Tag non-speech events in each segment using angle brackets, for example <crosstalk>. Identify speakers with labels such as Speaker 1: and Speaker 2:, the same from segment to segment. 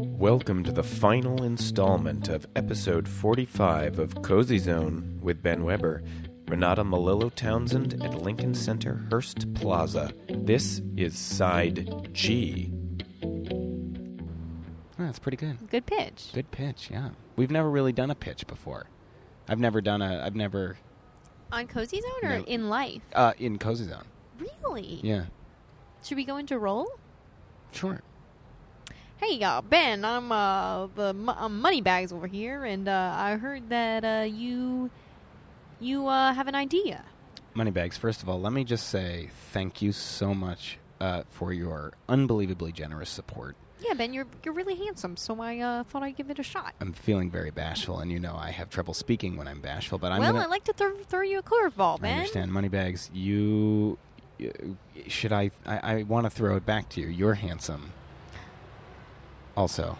Speaker 1: Welcome to the final installment of episode 45 of Cozy Zone with Ben Weber, Renata Malillo Townsend at Lincoln Center Hearst Plaza. This is side G.
Speaker 2: Oh, that's pretty good.
Speaker 3: Good pitch.
Speaker 2: Good pitch, yeah. We've never really done a pitch before. I've never done a. I've never
Speaker 3: On Cozy Zone or
Speaker 2: No.
Speaker 3: in life?
Speaker 2: uh, in cozy zone.
Speaker 3: Really?
Speaker 2: Yeah,
Speaker 3: Should we go into roll?
Speaker 2: sure.
Speaker 3: Hey y'all, Ben, I'm uh the m- I'm Moneybags over here, and uh, I heard that uh, you you uh, have an idea.
Speaker 2: Moneybags. First of all, let me just say thank you so much uh, for your unbelievably generous support.
Speaker 3: Yeah, Ben, you're you're really handsome, so I uh, thought I'd give it a shot.
Speaker 2: I'm feeling very bashful, and you know I have trouble speaking when I'm bashful. But I'm
Speaker 3: well,
Speaker 2: gonna.
Speaker 3: I'd like to throw throw you a curveball,
Speaker 2: I
Speaker 3: Ben.
Speaker 2: understand, Moneybags. You y- should I? I, I want to throw it back to you. You're handsome. Also,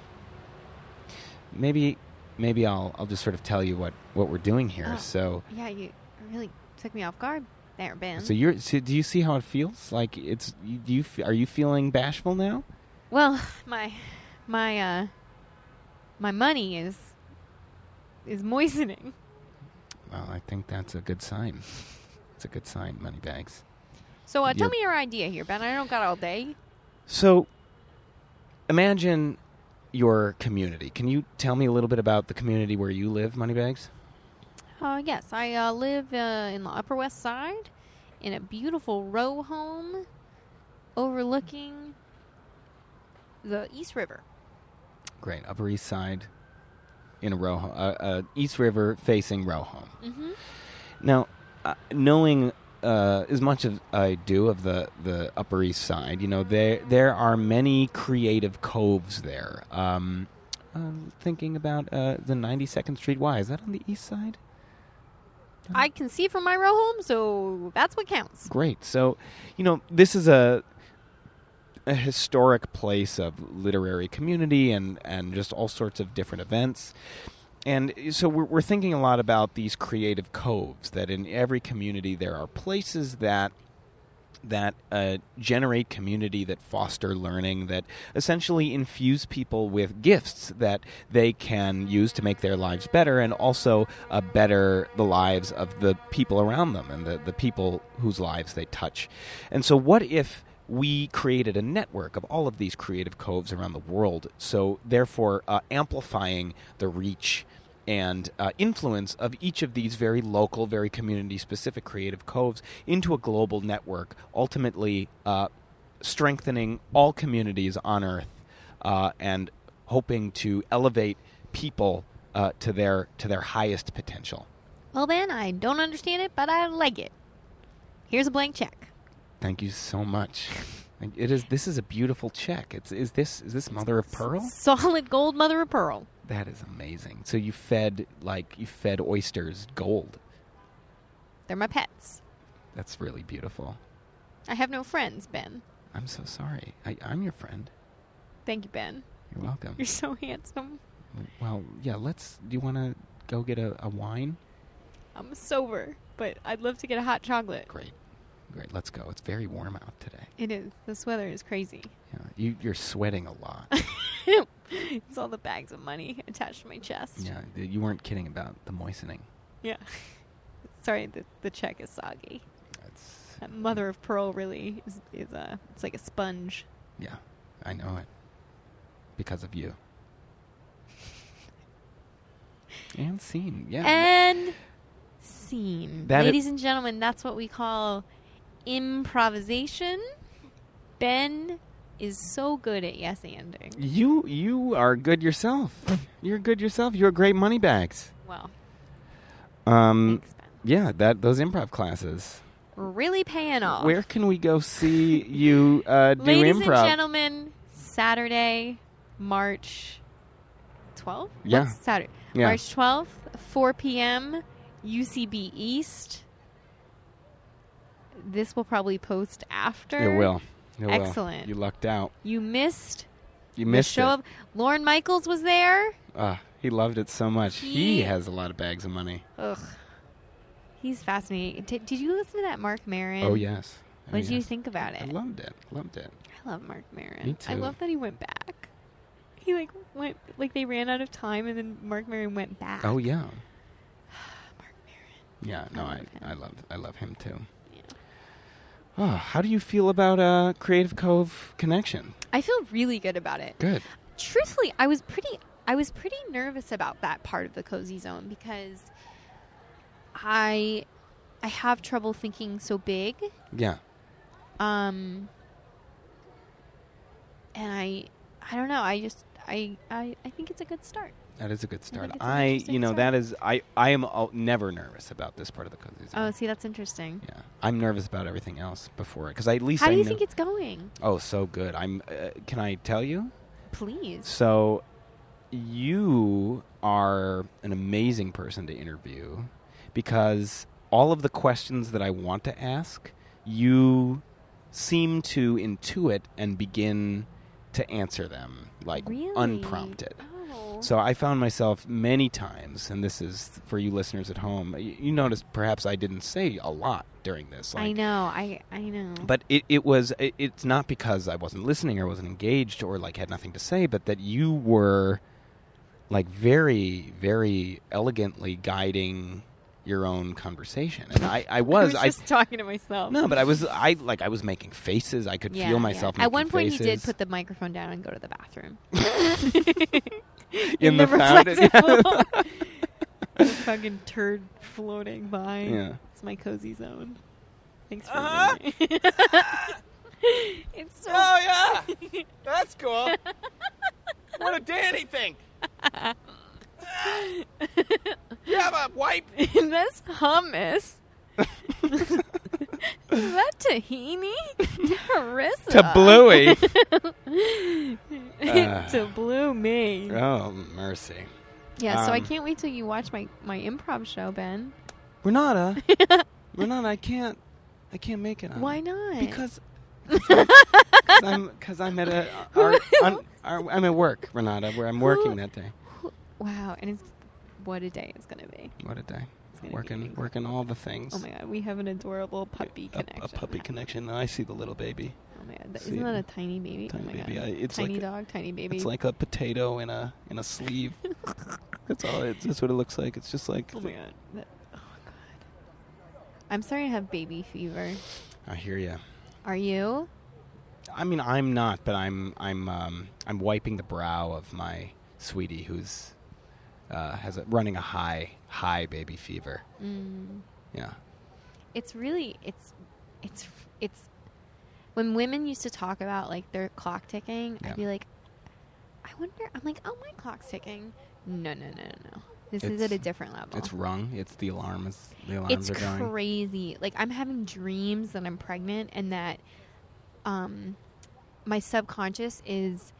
Speaker 2: maybe, maybe I'll I'll just sort of tell you what what we're doing here.
Speaker 3: Oh.
Speaker 2: So,
Speaker 3: Yeah, you really took me off guard there, Ben.
Speaker 2: so you're so do you see how it feels? Like it's you, do you f- are you feeling bashful now?
Speaker 3: Well, <laughs> my my uh my money is is moistening.
Speaker 2: Well, I think that's a good sign. It's a good sign, Moneybags.
Speaker 3: So uh,
Speaker 2: You're-
Speaker 3: tell me your idea here, Ben. I don't got all day.
Speaker 2: So, imagine your community. Can you tell me a little bit about the community where you live, Moneybags?
Speaker 3: Uh, yes, I uh, live uh, in the Upper West Side in a beautiful row home overlooking the East River.
Speaker 2: Great. Upper East Side in a row, uh, uh, East River facing row home.
Speaker 3: Mm-hmm.
Speaker 2: Now, uh, knowing uh, as much as I do of the, the Upper East Side, you know, there, there are many creative coves there. Um, I'm thinking about uh, the 92nd Street Y. Is that on the East Side?
Speaker 3: I can see from my row home, so that's what counts.
Speaker 2: Great. So, you know, this is a a historic place of literary community and and just all sorts of different events. And so we're, we're thinking a lot about these creative coves. That in every community there are places that that uh, generate community, that foster learning, that essentially infuse people with gifts that they can use to make their lives better and also uh, better the lives of the people around them and the, the people whose lives they touch. And so, what if we created a network of all of these creative coves around the world? So, therefore, uh, amplifying the reach and uh, influence of each of these very local, very community specific creative coves into a global network, ultimately uh, strengthening all communities on Earth uh, and hoping to elevate people uh, to their to their highest potential.
Speaker 3: Well, Ben, I don't understand it, but I like it. Here's a blank check.
Speaker 2: Thank you so much. It is. This is a beautiful check. It's. Is this. Is this mother of pearl?
Speaker 3: Solid gold mother of pearl.
Speaker 2: That is amazing. So you fed like you fed oysters gold.
Speaker 3: They're my pets.
Speaker 2: That's really beautiful.
Speaker 3: I have no friends, Ben.
Speaker 2: I'm so sorry. I, I'm your friend.
Speaker 3: Thank you, Ben. <laughs>
Speaker 2: You're welcome.
Speaker 3: You're so handsome.
Speaker 2: Well, yeah, let's. Do you want to go get a, a wine?
Speaker 3: I'm sober, but I'd love to get a hot chocolate.
Speaker 2: Great. Great. Let's go. It's very warm out today.
Speaker 3: Uh, It is. This weather is crazy.
Speaker 2: Yeah, you, you're sweating a
Speaker 3: <laughs>
Speaker 2: lot.
Speaker 3: it's all the bags of money attached to my chest.
Speaker 2: yeah, you weren't kidding about the moistening.
Speaker 3: Yeah. Sorry, the, the check is soggy.
Speaker 2: That's.
Speaker 3: That mother of pearl really is, is a, it's like a sponge.
Speaker 2: Yeah, I know it. Because of you. and scene. Yeah.
Speaker 3: And scene.
Speaker 2: That i-
Speaker 3: Ladies and gentlemen, that's what we call improvisation. Ben is so good at yes anding.
Speaker 2: you you are good yourself. You're good yourself. You're great money bags.
Speaker 3: Well,
Speaker 2: Um
Speaker 3: thanks, Ben.
Speaker 2: yeah, that those improv classes.
Speaker 3: Really paying off.
Speaker 2: Where can we go see you uh, do
Speaker 3: Ladies
Speaker 2: improv?
Speaker 3: and gentlemen, Saturday, March 12th?
Speaker 2: Yeah.
Speaker 3: What's Saturday.
Speaker 2: Yeah.
Speaker 3: March 12th, 4 p.m., UCB East. This will probably post after.
Speaker 2: It will. It will.
Speaker 3: Excellent.
Speaker 2: You lucked out.
Speaker 3: You missed
Speaker 2: You
Speaker 3: the
Speaker 2: missed
Speaker 3: show
Speaker 2: it.
Speaker 3: of Lauren Michaels was there.
Speaker 2: Ah, he loved it so much. He
Speaker 3: He-
Speaker 2: has a lot of bags of money.
Speaker 3: Ugh. He's fascinating. Did, did you listen to that Mark Marin?
Speaker 2: Oh yes. Oh,
Speaker 3: What did you
Speaker 2: yes.
Speaker 3: think about it?
Speaker 2: I loved it. Loved it.
Speaker 3: I love Mark Marin.
Speaker 2: Me
Speaker 3: I
Speaker 2: too.
Speaker 3: love that he went back. he like went like they ran out of time, and then Mark Maron went back.
Speaker 2: Oh <sighs> yeah,
Speaker 3: Mark Maron.
Speaker 2: yeah. No, I
Speaker 3: love him.
Speaker 2: I love I love him too.
Speaker 3: Yeah.
Speaker 2: Oh, how do you feel about uh, Creative Cove connection?
Speaker 3: I feel really good about it.
Speaker 2: Good.
Speaker 3: truthfully, I was pretty I was pretty nervous about that part of the cozy zone because I I have trouble thinking so big.
Speaker 2: Yeah.
Speaker 3: Um and I I don't know, I just I I, I think it's a good start.
Speaker 2: That is a good start.
Speaker 3: it's an
Speaker 2: I, you
Speaker 3: interesting
Speaker 2: know,
Speaker 3: start.
Speaker 2: that is I. I am al- never nervous about this part of the cozy zone.
Speaker 3: Oh, see that's interesting.
Speaker 2: yeah, I'm nervous about everything else before it because at least
Speaker 3: How
Speaker 2: I
Speaker 3: do you
Speaker 2: know-
Speaker 3: think it's going?
Speaker 2: oh, so good. I'm. Uh, can I tell you?
Speaker 3: Please.
Speaker 2: So, you are an amazing person to interview because all of the questions that I want to ask, you seem to intuit and begin to answer them like
Speaker 3: really?
Speaker 2: unprompted.
Speaker 3: Oh.
Speaker 2: So I found myself many times, and this is for you listeners at home. You, you noticed perhaps I didn't say a lot during this.
Speaker 3: I
Speaker 2: like-
Speaker 3: know, I I know.
Speaker 2: But it, it was it, it's not because I wasn't listening or wasn't engaged or like had nothing to say, but that you were like very very elegantly guiding your own conversation, and I, I
Speaker 3: <laughs> I
Speaker 2: was
Speaker 3: was just talking to myf.
Speaker 2: no, but I was I like I was making faces. I could
Speaker 3: Yeah,
Speaker 2: feel
Speaker 3: yeah.
Speaker 2: myself.
Speaker 3: At one
Speaker 2: making
Speaker 3: point, he did
Speaker 2: faces.
Speaker 3: put the microphone down and go to the
Speaker 2: <laughs>
Speaker 3: bathroom. <laughs>
Speaker 2: In the fountain, <laughs>
Speaker 3: reflective pool. The fucking turd floating by.
Speaker 2: Yeah.
Speaker 3: It's my cozy zone. Thanks for
Speaker 2: Uh-huh.
Speaker 3: remembering. <laughs> It's so.
Speaker 2: Oh yeah, <laughs>
Speaker 3: <laughs>
Speaker 2: that's cool. Want a Danny thing? You have a
Speaker 3: <laughs>
Speaker 2: wipe?
Speaker 3: And that's hummus. Is that tahini? Harissa.
Speaker 2: To Bluey.
Speaker 3: <laughs>
Speaker 2: Ah.
Speaker 3: to blue me.
Speaker 2: <laughs> Oh mercy.
Speaker 3: Yeah, so I
Speaker 2: Um,
Speaker 3: can't wait till you watch my, my improv show, Ben.
Speaker 2: <laughs> Renata, Renata, I can't, I can't make it. On
Speaker 3: Why not?
Speaker 2: Because. <laughs> Because I'm, 'cause I'm
Speaker 3: <laughs>
Speaker 2: at a, our, I'm, our, I'm at work, Renata, where I'm working that day.
Speaker 3: Wow, and it's what a day it's gonna be.
Speaker 2: What a day!
Speaker 3: It's gonna be
Speaker 2: Working,
Speaker 3: incredible.
Speaker 2: working all the things.
Speaker 3: Oh my god, we have an adorable puppy
Speaker 2: a,
Speaker 3: connection.
Speaker 2: a puppy connection. And I see the little baby.
Speaker 3: Oh my god, that,
Speaker 2: See
Speaker 3: isn't that
Speaker 2: it.
Speaker 3: a tiny baby?
Speaker 2: Tiny
Speaker 3: oh my
Speaker 2: baby.
Speaker 3: god,
Speaker 2: I- it's
Speaker 3: tiny
Speaker 2: like a-
Speaker 3: dog, tiny baby.
Speaker 2: It's like a potato in a in a sleeve.
Speaker 3: <laughs>
Speaker 2: that's all. It's that's what it looks like. It's just like.
Speaker 3: oh my god, that, oh my god. I'm starting to have baby fever.
Speaker 2: I hear you.
Speaker 3: Are you?
Speaker 2: I mean, I'm not, but I'm I'm um, I'm wiping the brow of my sweetie who's uh, has a, running a high high baby fever.
Speaker 3: Mm.
Speaker 2: Yeah,
Speaker 3: It's really it's it's it's when women used to talk about like their clock ticking.
Speaker 2: Yeah.
Speaker 3: I'd be like, I wonder. I'm like, oh my clock's ticking. No, no, no, no, no. This is
Speaker 2: It's-
Speaker 3: at a different level.
Speaker 2: it's rung. It's the alarm. Is the alarms
Speaker 3: Oh. it's
Speaker 2: are going.
Speaker 3: crazy. Like I'm having dreams that I'm pregnant and that um my subconscious is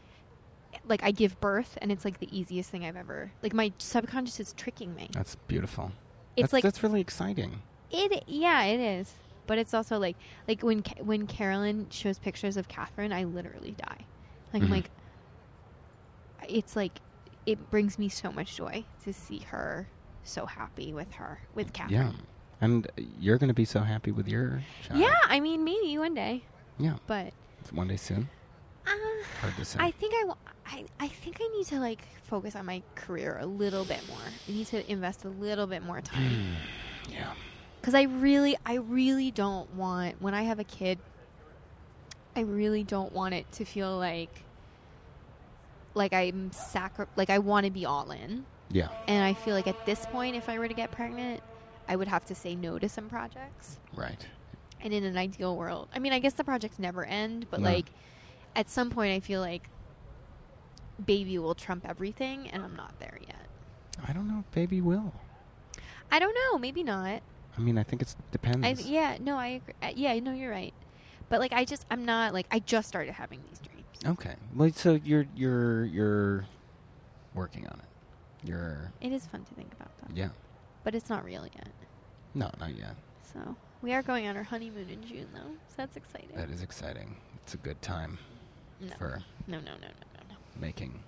Speaker 3: like I give birth and it's like the easiest thing I've ever like my subconscious is tricking me.
Speaker 2: that's beautiful.
Speaker 3: It's
Speaker 2: that's,
Speaker 3: like
Speaker 2: that's really exciting.
Speaker 3: it yeah, it is. But it's also like like when Ca- when Carolyn shows pictures of Catherine, I literally die. Like
Speaker 2: Mhm.
Speaker 3: I'm like it's like it brings me so much joy to see her so happy with her with Catherine.
Speaker 2: Yeah, and you're going to be so happy with your child.
Speaker 3: Yeah, I mean maybe one day,
Speaker 2: yeah.
Speaker 3: but
Speaker 2: One day soon.
Speaker 3: uh,
Speaker 2: Hard to say.
Speaker 3: I think I, w- I, I think I need to like focus on my career a little bit more. I need to invest a little bit more
Speaker 2: <clears throat>
Speaker 3: time
Speaker 2: yeah.
Speaker 3: because I really, I really don't want when I have a kid. I really don't want it to feel like like I'm sacri- like I want to be all in,
Speaker 2: Yeah.
Speaker 3: and I feel like at this point, if I were to get pregnant, I would have to say no to some projects.
Speaker 2: Right.
Speaker 3: And in an ideal world, I mean, I guess the projects never end, but
Speaker 2: No.
Speaker 3: like at some point, I feel like baby will trump everything, and I'm not there yet.
Speaker 2: I don't know if baby will.
Speaker 3: I don't know, maybe not.
Speaker 2: I mean, I think it depends.
Speaker 3: I, yeah, no, I agree. Uh, Yeah, no, you're right. But like, I just, I'm not like, I just started having these dreams.
Speaker 2: Okay. Well, so you're you're you're working on it. You're
Speaker 3: It is fun to think about that,
Speaker 2: yeah.
Speaker 3: but it's not real yet.
Speaker 2: No, not yet.
Speaker 3: So we are going on our honeymoon in June, though, so that's exciting.
Speaker 2: That is exciting. It's a good time
Speaker 3: no.
Speaker 2: for
Speaker 3: no, no, no, no, no,
Speaker 2: making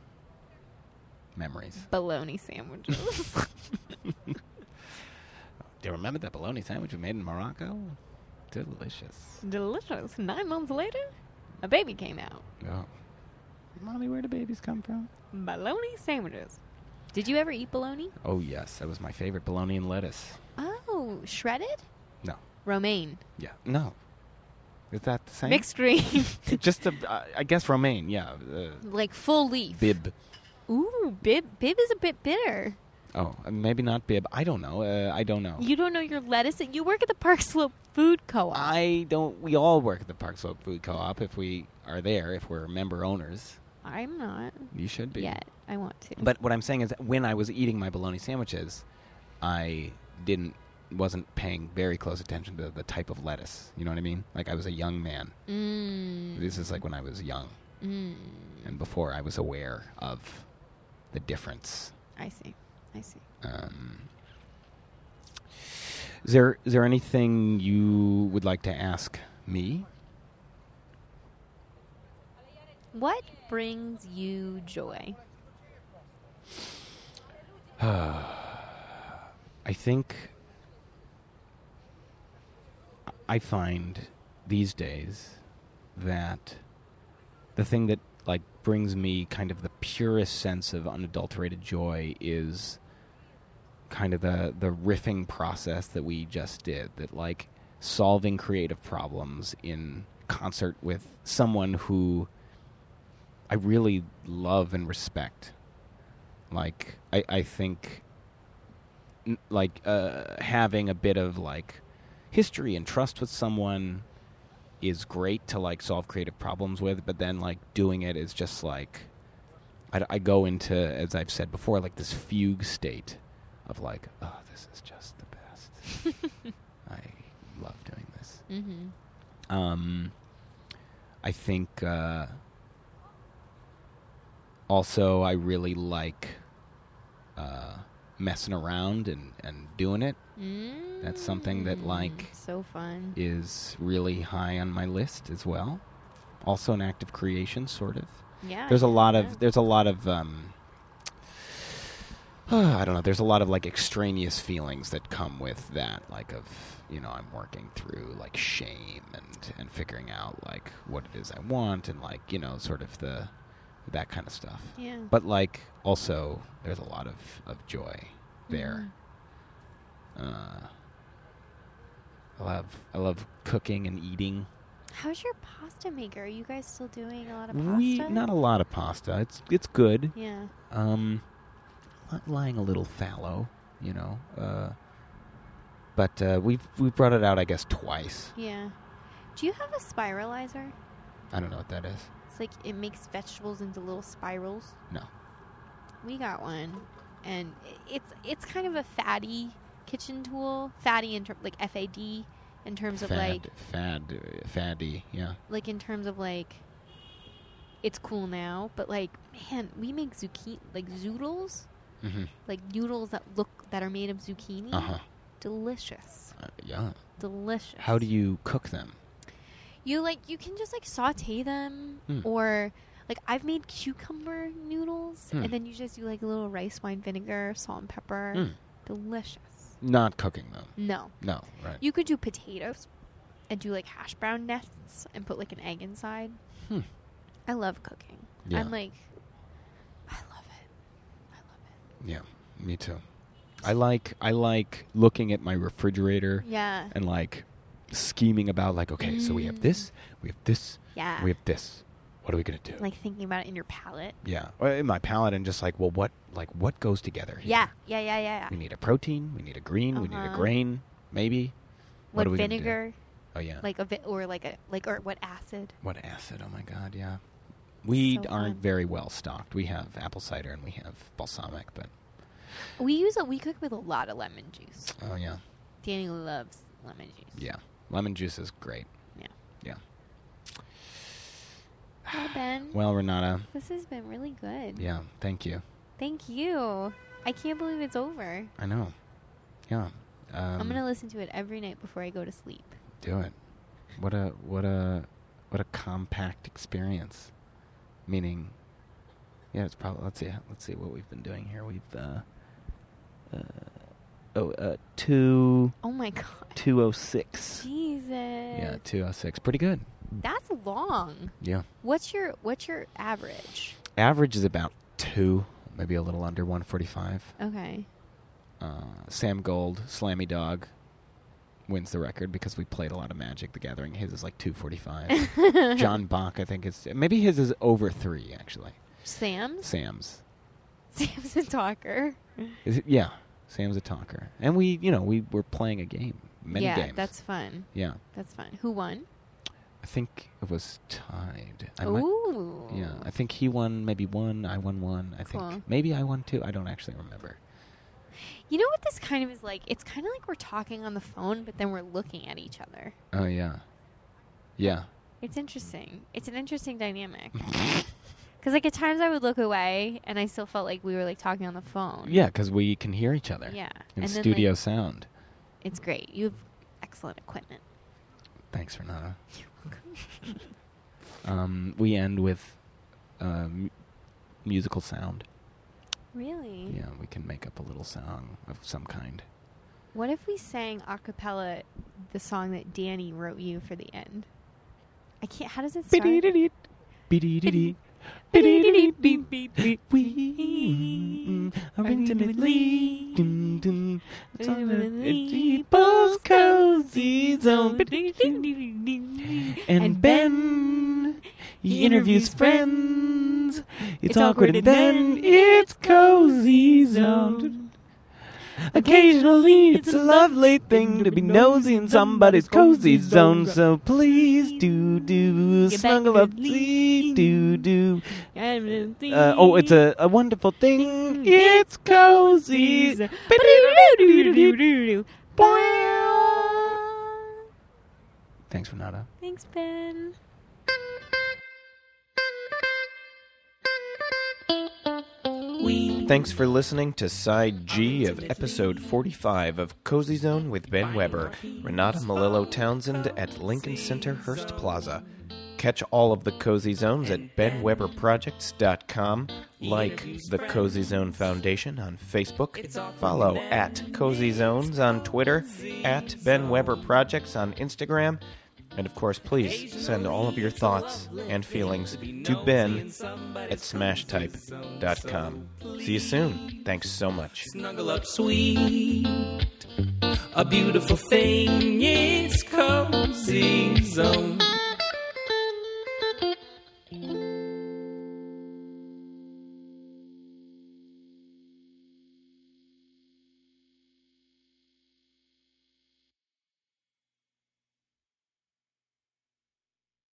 Speaker 2: memories.
Speaker 3: no. Bologna
Speaker 2: <laughs>
Speaker 3: sandwiches. <laughs>
Speaker 2: Do you remember that bologna sandwich we made in Morocco? Delicious.
Speaker 3: Delicious. Nine months later, a baby came out.
Speaker 2: Oh, Mommy, where do babies come from?
Speaker 3: Bologna sandwiches. Did you ever eat bologna?
Speaker 2: Oh yes, that was my favorite bologna and lettuce.
Speaker 3: Oh, shredded?
Speaker 2: No.
Speaker 3: Romaine.
Speaker 2: Yeah. No. Is that the same?
Speaker 3: Mixed green.
Speaker 2: <laughs> Just a, uh, I guess romaine. Yeah. Uh,
Speaker 3: <laughs> like full leaf.
Speaker 2: bib.
Speaker 3: Ooh, bib bib is a bit bitter.
Speaker 2: Oh, uh, maybe not bib. I don't know. Uh, I don't know.
Speaker 3: You don't know your lettuce. You work at the Park Slope Food Co-op.
Speaker 2: I don't. We all work at the Park Slope Food Co-op if we are there. If we're member owners,
Speaker 3: I'm not
Speaker 2: you should be.
Speaker 3: yet. I want to.
Speaker 2: But what I'm saying is, that when I was eating my bologna sandwiches, I didn't wasn't paying very close attention to the type of lettuce. You know what I mean? Like I was a young man.
Speaker 3: mm,
Speaker 2: This is like when I was young
Speaker 3: mm,
Speaker 2: and before I was aware of the difference.
Speaker 3: I see. I see.
Speaker 2: Um, is there is there anything you would like to ask me?
Speaker 3: What brings you joy?
Speaker 2: I think I find these days that the thing that like brings me kind of the purest sense of unadulterated joy is kind of the the riffing process that we just did that like solving creative problems in concert with someone who I really love and respect like I I think n- like uh, having a bit of like history and trust with someone is great to like solve creative problems with but then like doing it is just like I, I go into as i've said before like this fugue state of like oh this is just the best <laughs>
Speaker 3: <laughs>
Speaker 2: i love doing this
Speaker 3: Mm-hmm.
Speaker 2: um, I think uh, also I really like uh, messing around and, and doing it
Speaker 3: Mm,
Speaker 2: That's something that, like,
Speaker 3: so fun.
Speaker 2: is really high on my list as well. Also an act of creation, sort of.
Speaker 3: Oh, yeah.
Speaker 2: There's a lot
Speaker 3: yeah.
Speaker 2: of there's a lot of um, <sighs> I don't know. There's a lot of like extraneous feelings that come with that, like of you know I'm working through like shame and and figuring out like what it is I want and like you know sort of the that kind of stuff.
Speaker 3: Yeah.
Speaker 2: But like also there's a lot of of joy there.
Speaker 3: Mm. Mm-hmm.
Speaker 2: Uh, I love I love cooking and eating.
Speaker 3: How's your pasta maker? Are you guys still doing a lot of pasta?
Speaker 2: We not a lot of pasta. It's it's good.
Speaker 3: Yeah.
Speaker 2: um, li- lying a little fallow, you know. Uh, but uh, we've we brought it out, I guess, twice.
Speaker 3: Yeah. Do you have a spiralizer?
Speaker 2: I don't know what that is.
Speaker 3: It's like it makes vegetables into little spirals.
Speaker 2: No.
Speaker 3: We got one, and i- it's it's kind of a fatty kitchen tool. Fatty in ter- like F A D in terms of
Speaker 2: fad,
Speaker 3: like
Speaker 2: fad, uh, faddy. Yeah.
Speaker 3: like in terms of like it's cool now, but like man, we make zucchini like zoodles,
Speaker 2: hmm
Speaker 3: like noodles that look that are made of zucchini.
Speaker 2: Uh huh.
Speaker 3: Delicious,
Speaker 2: Uh, yeah.
Speaker 3: delicious.
Speaker 2: How do you cook them?
Speaker 3: You like you can just like saute them
Speaker 2: Hmm.
Speaker 3: or like I've made cucumber noodles
Speaker 2: Hmm.
Speaker 3: and then you just do like a little rice wine vinegar, salt and pepper.
Speaker 2: Mm.
Speaker 3: Delicious.
Speaker 2: Not cooking them.
Speaker 3: No.
Speaker 2: No. Right.
Speaker 3: You could do potatoes and do like hash brown nests and put like an egg inside.
Speaker 2: Hmm.
Speaker 3: I love cooking.
Speaker 2: Yeah.
Speaker 3: I'm like I love it. I love
Speaker 2: yeah. Me too. I like I like looking at my refrigerator
Speaker 3: it. Yeah.
Speaker 2: and like scheming about like okay, so we have
Speaker 3: Mm.
Speaker 2: this, we have this,
Speaker 3: Yeah.
Speaker 2: we have this. What are we gonna do?
Speaker 3: like thinking about it in your palate.
Speaker 2: Yeah, or in my palate, and just like, well, what like what goes together? Here?
Speaker 3: Yeah. Yeah, yeah, yeah,
Speaker 2: we
Speaker 3: yeah.
Speaker 2: need a protein, we need a green, we need a
Speaker 3: Uh-huh.
Speaker 2: grain, maybe.
Speaker 3: What,
Speaker 2: are we gonna do?
Speaker 3: vinegar?
Speaker 2: Oh yeah,
Speaker 3: Like a vi- or like a like or what acid?
Speaker 2: what acid? Oh my god, yeah. We
Speaker 3: So
Speaker 2: aren't
Speaker 3: fun.
Speaker 2: very well stocked. We have apple cider and we have balsamic, but
Speaker 3: We use a we cook with a lot of lemon juice.
Speaker 2: oh yeah,
Speaker 3: Danny loves lemon juice.
Speaker 2: yeah. Lemon juice is great.
Speaker 3: Yeah.
Speaker 2: Yeah.
Speaker 3: Well, Ben,
Speaker 2: Well, Renata,
Speaker 3: this has been really good.
Speaker 2: yeah, thank you.
Speaker 3: Thank you. I can't believe it's over.
Speaker 2: I know. Yeah. Um,
Speaker 3: I'm gonna listen to it every night before I go to sleep.
Speaker 2: Do it. What a what a what a compact experience. Meaning, yeah, it's probably let's see let's see what we've been doing here. We've uh, uh oh uh two
Speaker 3: Oh my god.
Speaker 2: two oh six.
Speaker 3: Jesus.
Speaker 2: Yeah, two oh six. Pretty good.
Speaker 3: That's long.
Speaker 2: Yeah.
Speaker 3: What's your what's your average?
Speaker 2: Average is about two, maybe a little under 145.
Speaker 3: Okay.
Speaker 2: Uh, Sam Gold, Slammy Dog, wins the record because we played a lot of Magic the Gathering. His is like 245. John Bach, I think, is maybe his is over three, actually.
Speaker 3: Sam's
Speaker 2: Sam's.
Speaker 3: Sam's a talker.
Speaker 2: Is it, yeah, Sam's a talker. And we, you know, we were playing a game, many
Speaker 3: yeah,
Speaker 2: games.
Speaker 3: that's fun.
Speaker 2: yeah,
Speaker 3: That's fun. Who won?
Speaker 2: I think it was tied. I might-
Speaker 3: Ooh.
Speaker 2: Yeah, I think he won maybe one. I won one. I
Speaker 3: Cool.
Speaker 2: think maybe I won two. I don't actually remember.
Speaker 3: You know what this kind of is like? It's kind of like we're talking on the phone, but then we're looking at each other.
Speaker 2: Oh yeah,
Speaker 3: <laughs>
Speaker 2: yeah.
Speaker 3: It's interesting. It's an interesting
Speaker 2: <laughs>
Speaker 3: dynamic. Because like at times I would look away, and I still felt like we were like talking on the phone.
Speaker 2: Yeah, because we can hear each other.
Speaker 3: Yeah.
Speaker 2: In
Speaker 3: And then,
Speaker 2: studio
Speaker 3: like,
Speaker 2: sound.
Speaker 3: it's great. You have excellent equipment. <laughs>
Speaker 2: Thanks, Renata.
Speaker 3: You're welcome.
Speaker 2: Um, we end with um, musical sound.
Speaker 3: Really?
Speaker 2: Yeah, we can make up a little song of some kind.
Speaker 3: What if we sang a cappella the song that Danny wrote you for the end? I can't. How does it start?
Speaker 2: Bidididid, bidididid, bidididid,
Speaker 3: <laughs>
Speaker 2: bidididid. We are intimately dum, dum. It's on the people's cozy zone. And Ben, he interviews friends. It's awkward, and then it's cozy zone. Occasionally, it's a lovely thing to be nosy in somebody's cozy zone. So please do do
Speaker 3: Get back
Speaker 2: snuggle up,
Speaker 3: and
Speaker 2: please do do. Uh,
Speaker 3: Uh,
Speaker 2: oh, it's a, a wonderful thing. It's cozy.
Speaker 3: Cozy.
Speaker 2: Thanks, Renata.
Speaker 3: Thanks, Ben.
Speaker 1: Thanks for listening to Side G of episode 45 of Cozy Zone with Ben Weber, Renata Melillo Townsend at Lincoln Center Hearst Plaza. Catch all of the Cozy Zones at benweberprojects.com. Like the Cozy Zone Foundation on Facebook. Follow at Cozy Zones on Twitter, at Ben Weber Projects on Instagram. And of course, please send all of your thoughts and feelings to Ben at smashtype.com. See you soon. Thanks so much.
Speaker 4: Snuggle up sweet. A beautiful thing, it's